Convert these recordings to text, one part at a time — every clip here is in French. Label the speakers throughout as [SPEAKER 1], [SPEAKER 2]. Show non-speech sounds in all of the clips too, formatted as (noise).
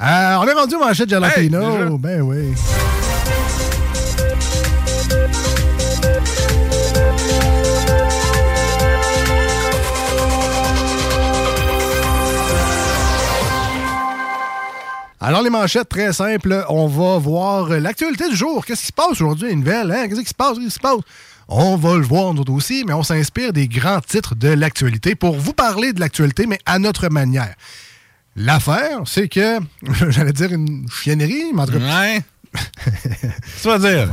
[SPEAKER 1] Euh, on est rendu au manchette Jalapeno.
[SPEAKER 2] Hey, déjà?
[SPEAKER 1] ben oui. Alors, les manchettes, très simples. On va voir l'actualité du jour. Qu'est-ce qui se passe aujourd'hui? Une nouvelle, hein? Qu'est-ce qui se passe? Qu'est-ce qui se passe? On va le voir, nous autres aussi, mais on s'inspire des grands titres de l'actualité pour vous parler de l'actualité, mais à notre manière. L'affaire, c'est que, (laughs) j'allais dire une chiennerie, mais en tout cas,
[SPEAKER 2] Ouais. tu vas dire.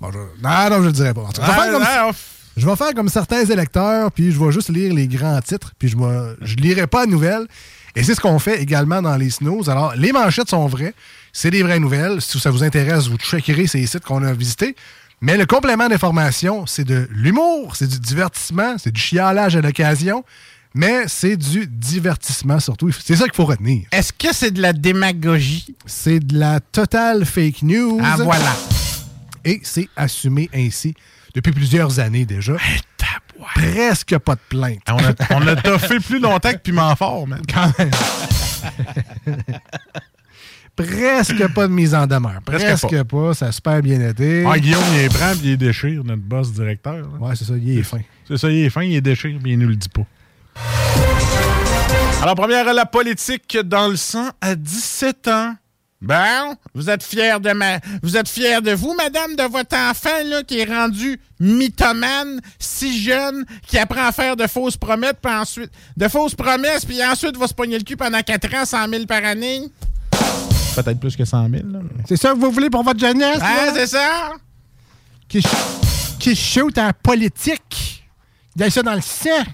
[SPEAKER 1] Bon, je- non, non, je le dirais pas. En tout cas, je, vais faire comme,
[SPEAKER 2] Ah, ah,
[SPEAKER 1] je vais faire comme certains électeurs, puis je vais juste lire les grands titres, puis je ne je lirai pas de nouvelles. Et c'est ce qu'on fait également dans les snows. Alors, les manchettes sont vraies. C'est des vraies nouvelles. Si ça vous intéresse, vous checkerez ces sites qu'on a visités. Mais le complément d'information, c'est de l'humour, c'est du divertissement, c'est du chialage à l'occasion, mais c'est du divertissement surtout. C'est ça qu'il faut retenir.
[SPEAKER 2] Est-ce que c'est de la démagogie?
[SPEAKER 1] C'est de la totale fake news.
[SPEAKER 2] Ah, (laughs) voilà.
[SPEAKER 1] Et c'est assumé ainsi depuis plusieurs années déjà. Presque pas de plainte.
[SPEAKER 2] Ah, On a,
[SPEAKER 1] (laughs)
[SPEAKER 2] on a toffé plus longtemps que Piment Fort, man.
[SPEAKER 1] Presque pas de mise en demeure.
[SPEAKER 2] Presque
[SPEAKER 1] Presque, pas. Ça a super bien été.
[SPEAKER 2] Ah, Guillaume, il est prend puis il est déchire, notre boss directeur. là.
[SPEAKER 1] Ouais, c'est ça, il est fin.
[SPEAKER 2] C'est ça, il est fin, il est déchire, mais il nous le dit pas. Alors, première, la politique dans le sang à 17 ans. Bon, vous êtes fiers de ma... vous êtes fiers de vous, madame, de votre enfant là, qui est rendu mythomane, si jeune, qui apprend à faire de fausses promesses, puis ensuite de fausses promesses, puis ensuite va se pogner le cul pendant 4 ans, 100 000 par année. Peut-être plus que 100 000. Là,
[SPEAKER 1] C'est ça que vous voulez pour votre jeunesse? là?
[SPEAKER 2] c'est ça.
[SPEAKER 1] qui, qui shoot en politique. Il a ça dans le sang.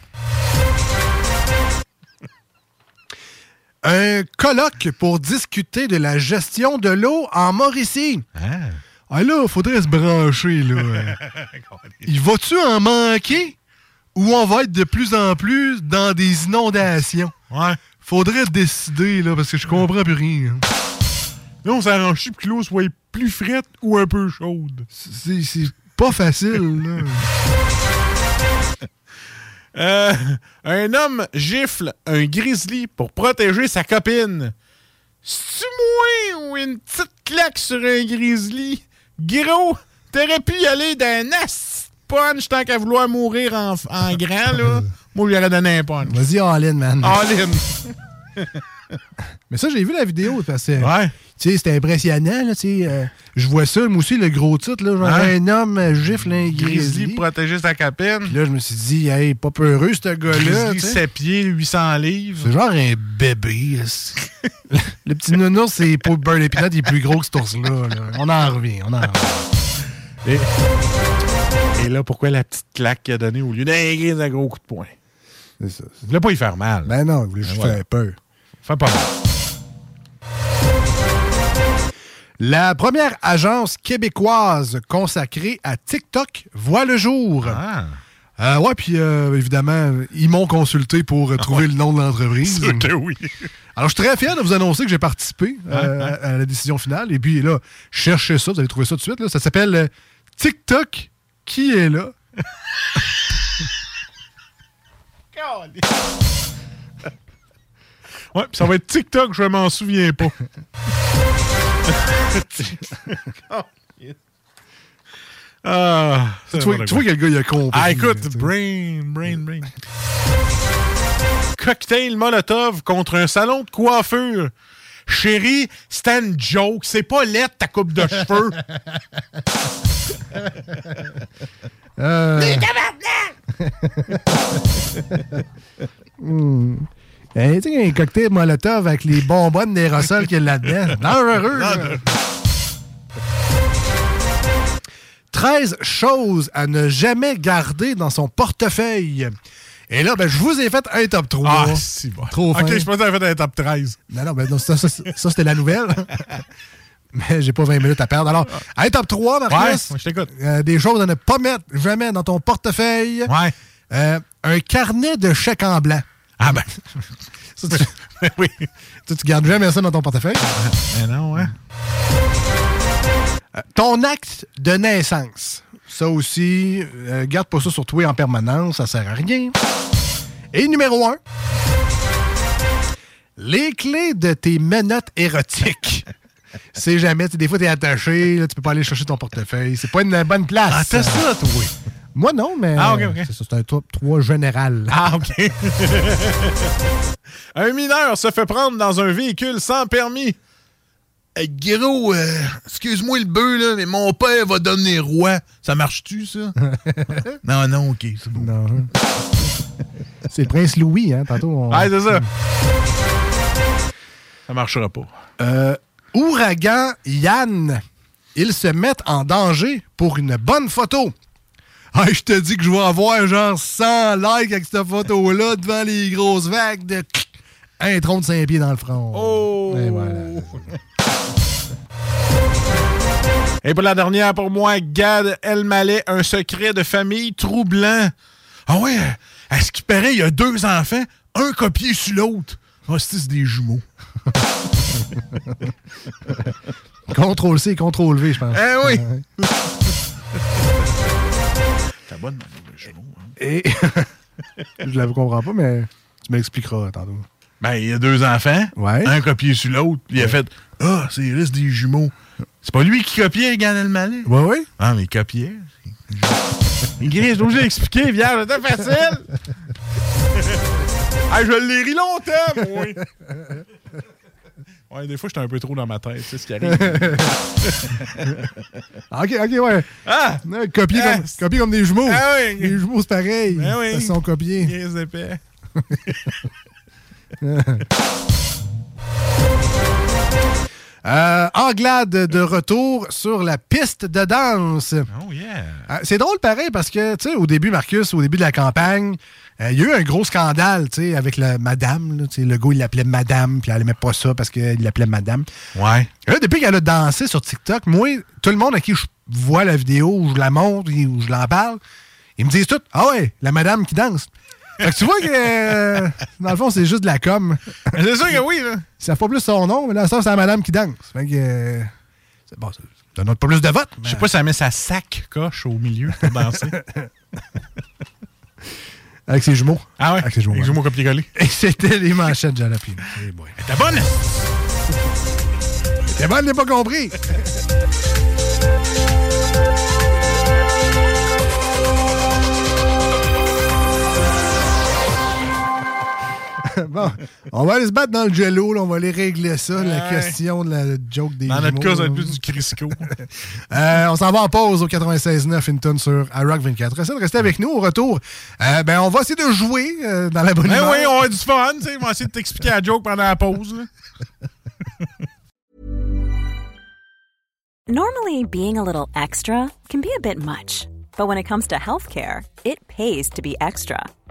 [SPEAKER 1] Un colloque pour discuter de la gestion de l'eau en Mauricie. Ah là, faudrait se brancher, là. Il va-tu en manquer ou on va être de plus en plus dans des inondations?
[SPEAKER 2] Ouais.
[SPEAKER 1] Faudrait décider, là, parce que je comprends plus rien.
[SPEAKER 2] Là, on s'arrange que l'eau soit plus frette ou un peu chaude.
[SPEAKER 1] C'est c'est pas facile, là.
[SPEAKER 2] (laughs) Euh, un homme gifle un grizzly pour protéger sa copine. C'est-tu moins ou une petite claque sur un grizzly? Gros, t'aurais pu y aller d'un asti de punch tant qu'à vouloir mourir en, en grand,
[SPEAKER 1] (laughs)
[SPEAKER 2] là. Moi, j'aurais donné un punch.
[SPEAKER 1] Vas-y, all-in, man.
[SPEAKER 2] All in.
[SPEAKER 1] Mais ça, j'ai vu la vidéo parce que
[SPEAKER 2] Ouais.
[SPEAKER 1] tu sais, c'était impressionnant. Là, tu sais, euh, je vois ça, moi aussi, le gros titre. Là, genre,
[SPEAKER 2] Ouais.
[SPEAKER 1] Un homme euh, gifle un
[SPEAKER 2] Grizzly
[SPEAKER 1] grizzly.
[SPEAKER 2] protéger sa
[SPEAKER 1] Puis
[SPEAKER 2] copine.
[SPEAKER 1] là, je me suis dit, hey, pas peureux, ce gars-là.
[SPEAKER 2] Grizzly,
[SPEAKER 1] tu sais.
[SPEAKER 2] 7 pieds, 800
[SPEAKER 1] C'est
[SPEAKER 2] livres.
[SPEAKER 1] genre un bébé. est-ce que- (laughs) le petit nounours, c'est pour Burley Peanut, il est plus gros que ce ours-là. là. On en revient, on en revient.
[SPEAKER 2] Et, et là, pourquoi la petite claque qu'il a donnée au lieu d'un gris- d'un gros coup de poing?
[SPEAKER 1] C'est ça.
[SPEAKER 2] Il voulait pas y faire mal.
[SPEAKER 1] Ben non, il voulait juste
[SPEAKER 2] voilà.
[SPEAKER 1] faire peur.
[SPEAKER 2] Fais pas mal.
[SPEAKER 1] La première agence québécoise consacrée à TikTok voit le jour.
[SPEAKER 2] (laughs) Ah.
[SPEAKER 1] Euh, ouais, puis euh, évidemment, ils m'ont consulté pour euh, trouver le nom de l'entreprise.
[SPEAKER 2] Sûr que oui.
[SPEAKER 1] Alors, je suis très fier de vous annoncer que j'ai participé euh, à- à la décision finale. Et puis là, cherchez ça, vous allez trouver ça tout de suite. là. Ça s'appelle euh, TikTok qui est là.
[SPEAKER 2] Euh, Ouais, puis ça va être TikTok, je m'en souviens (laughs) pas. Ah,
[SPEAKER 1] Tu vois, tu vois quel gars il a compris.
[SPEAKER 2] Ah, écoute,
[SPEAKER 1] tu sais.
[SPEAKER 2] brain, brain, brain. Cocktail Molotov contre un salon de coiffure. Chérie, c'est une joke. C'est pas laide, ta coupe de (laughs) cheveux.
[SPEAKER 1] Euh,
[SPEAKER 2] Mais tabarnak!
[SPEAKER 1] hey, Ben, tu sais, un cocktail Molotov avec les bonbonnes d'aérosol qu'il y a là-dedans. c'est Dangereux. ça. 13 choses à ne jamais garder dans son portefeuille. Et là, ben, je vous ai fait un top 3.
[SPEAKER 2] Ah, si bon.
[SPEAKER 1] Trop
[SPEAKER 2] Ok,
[SPEAKER 1] fin.
[SPEAKER 2] je pensais que j'avais fait un top 13.
[SPEAKER 1] Non, non, ben, non, ça, ça, ça, c'était la nouvelle. (laughs) Mais j'ai pas 20 minutes à perdre. Alors, un top 3, Marcus.
[SPEAKER 2] Ouais, je t'écoute.
[SPEAKER 1] Euh, des choses à ne pas mettre jamais dans ton portefeuille.
[SPEAKER 2] Ouais.
[SPEAKER 1] Euh, un carnet de chèques en blanc.
[SPEAKER 2] Ah ben.
[SPEAKER 1] (laughs) Ça, (laughs) tu,
[SPEAKER 2] Ben oui.
[SPEAKER 1] tu- tu gardes jamais ça dans ton portefeuille.
[SPEAKER 2] Mais non, hein?
[SPEAKER 1] Ton acte de naissance. Ça aussi, euh, garde pas ça sur toi en permanence, ça sert à rien. Et numéro 1. Les clés de tes menottes (laughs) érotiques. C'est jamais, tu sais, des fois t'es attaché, là, tu peux pas aller chercher ton portefeuille. C'est pas une bonne place.
[SPEAKER 2] Ah, t'as ça, toi?
[SPEAKER 1] Moi non, mais
[SPEAKER 2] Ah, ok, ok.
[SPEAKER 1] c'est ça, c'est un top 3 général.
[SPEAKER 2] Ah, OK. un mineur se fait prendre dans un véhicule sans permis. gros, euh, excuse-moi le bœuf, là, mais mon père va donner roi. Ça marche-tu, (laughs) ça? non, non, OK, c'est bon.
[SPEAKER 1] Non. c'est le prince Louis, hein, tantôt. on-
[SPEAKER 2] Ah, c'est ça. (laughs) Ça marchera pas.
[SPEAKER 1] Euh, ouragan Yann, ils se mettent en danger pour une bonne photo. Hey, je te dis que je vais avoir genre 100 likes avec cette photo-là devant les grosses vagues de un tronc de 5 pieds dans le front.
[SPEAKER 2] Oh!
[SPEAKER 1] Et voilà.
[SPEAKER 2] Et pour la dernière, pour moi, Gad Elmaleh, un secret de famille troublant. Ah ouais, euh, à ce qui paraît, il y a deux enfants, un copié sur l'autre. Ah, c'est c'est des jumeaux.
[SPEAKER 1] Contrôle C, contrôle V, je pense.
[SPEAKER 2] Eh oui! (laughs) T'as bonne de jumeaux.
[SPEAKER 1] Et... (laughs) je la comprends pas, mais tu m'expliqueras tantôt.
[SPEAKER 2] Ben, il y a deux enfants,
[SPEAKER 1] Ouais.
[SPEAKER 2] un copié sur l'autre. Il a fait Ah, c'est reste des jumeaux. C'est pas lui qui copiait Gad Elmaleh.
[SPEAKER 1] Oui, oui.
[SPEAKER 2] Ah, mais copier. (laughs) Gris, j'ai obligé d'expliquer, vierge, c'était (laughs) facile. ah, je l'ai ri longtemps, moi. (laughs) Ouais, des fois, j'étais un peu trop dans ma tête, c'est ce qui arrive.
[SPEAKER 1] Ok, ok, ouais.
[SPEAKER 2] ah!
[SPEAKER 1] Non, Copier,
[SPEAKER 2] Ah,
[SPEAKER 1] comme,
[SPEAKER 2] c'est-
[SPEAKER 1] copier comme des jumeaux.
[SPEAKER 2] Ah oui.
[SPEAKER 1] Les jumeaux, c'est pareil.
[SPEAKER 2] Ah oui.
[SPEAKER 1] Ils sont copiés.
[SPEAKER 2] Gris épais.
[SPEAKER 1] Euh, Anglade de retour sur la piste de danse.
[SPEAKER 2] Oh, yeah.
[SPEAKER 1] Euh, C'est drôle pareil parce que, tu sais, au début, Marcus, au début de la campagne, euh, il y a eu un gros scandale, tu sais, avec la madame. là, tu sais, le gars, il l'appelait madame, puis elle aimait pas ça parce qu'il l'appelait madame.
[SPEAKER 2] Ouais.
[SPEAKER 1] Et Là, depuis qu'elle a dansé sur TikTok, moi, tout le monde à qui je vois la vidéo, ou je la montre, et- ou je l'en parle, ils me disent tout « Ah ouais, la madame qui danse ». Fait que tu vois que, euh, dans le fond, c'est juste de la com.
[SPEAKER 2] Mais C'est sûr que oui, là.
[SPEAKER 1] Ils savent pas plus son nom, mais là, ça, c'est la madame qui danse. Fait que. euh, c'est- bon, ça ça donne pas plus de votes.
[SPEAKER 2] Je sais pas si ça met sa sac coche au milieu pour danser.
[SPEAKER 1] Avec ses jumeaux.
[SPEAKER 2] (laughs) Ah ouais?
[SPEAKER 1] Avec ses jumeaux.
[SPEAKER 2] Avec
[SPEAKER 1] ouais.
[SPEAKER 2] les jumeaux copier-coller.
[SPEAKER 1] (laughs) Et c'était les manchettes Jalapino. Eh boy.
[SPEAKER 2] T'as bonne?
[SPEAKER 1] C'est bon, n'est pas compris. (laughs) bon, on va aller se battre dans le jello, là, on va aller régler ça, la
[SPEAKER 2] Ouais.
[SPEAKER 1] question de la joke des
[SPEAKER 2] Dans notre
[SPEAKER 1] jumeaux,
[SPEAKER 2] cas, ça va
[SPEAKER 1] là.
[SPEAKER 2] être plus du (laughs) Crisco.
[SPEAKER 1] Euh, on s'en va en pause au 96.9 une tonne sur iRock 24. Restez, restez avec nous au retour. euh, ben, on va essayer de jouer euh, dans la bonne
[SPEAKER 2] Ben
[SPEAKER 1] humeur.
[SPEAKER 2] oui, on a du fun, tu sais. Ils vont essayer de t'expliquer la joke pendant la pause, là.
[SPEAKER 3] Normally, being a little extra can be a bit much, but when it comes to healthcare, it pays to be extra.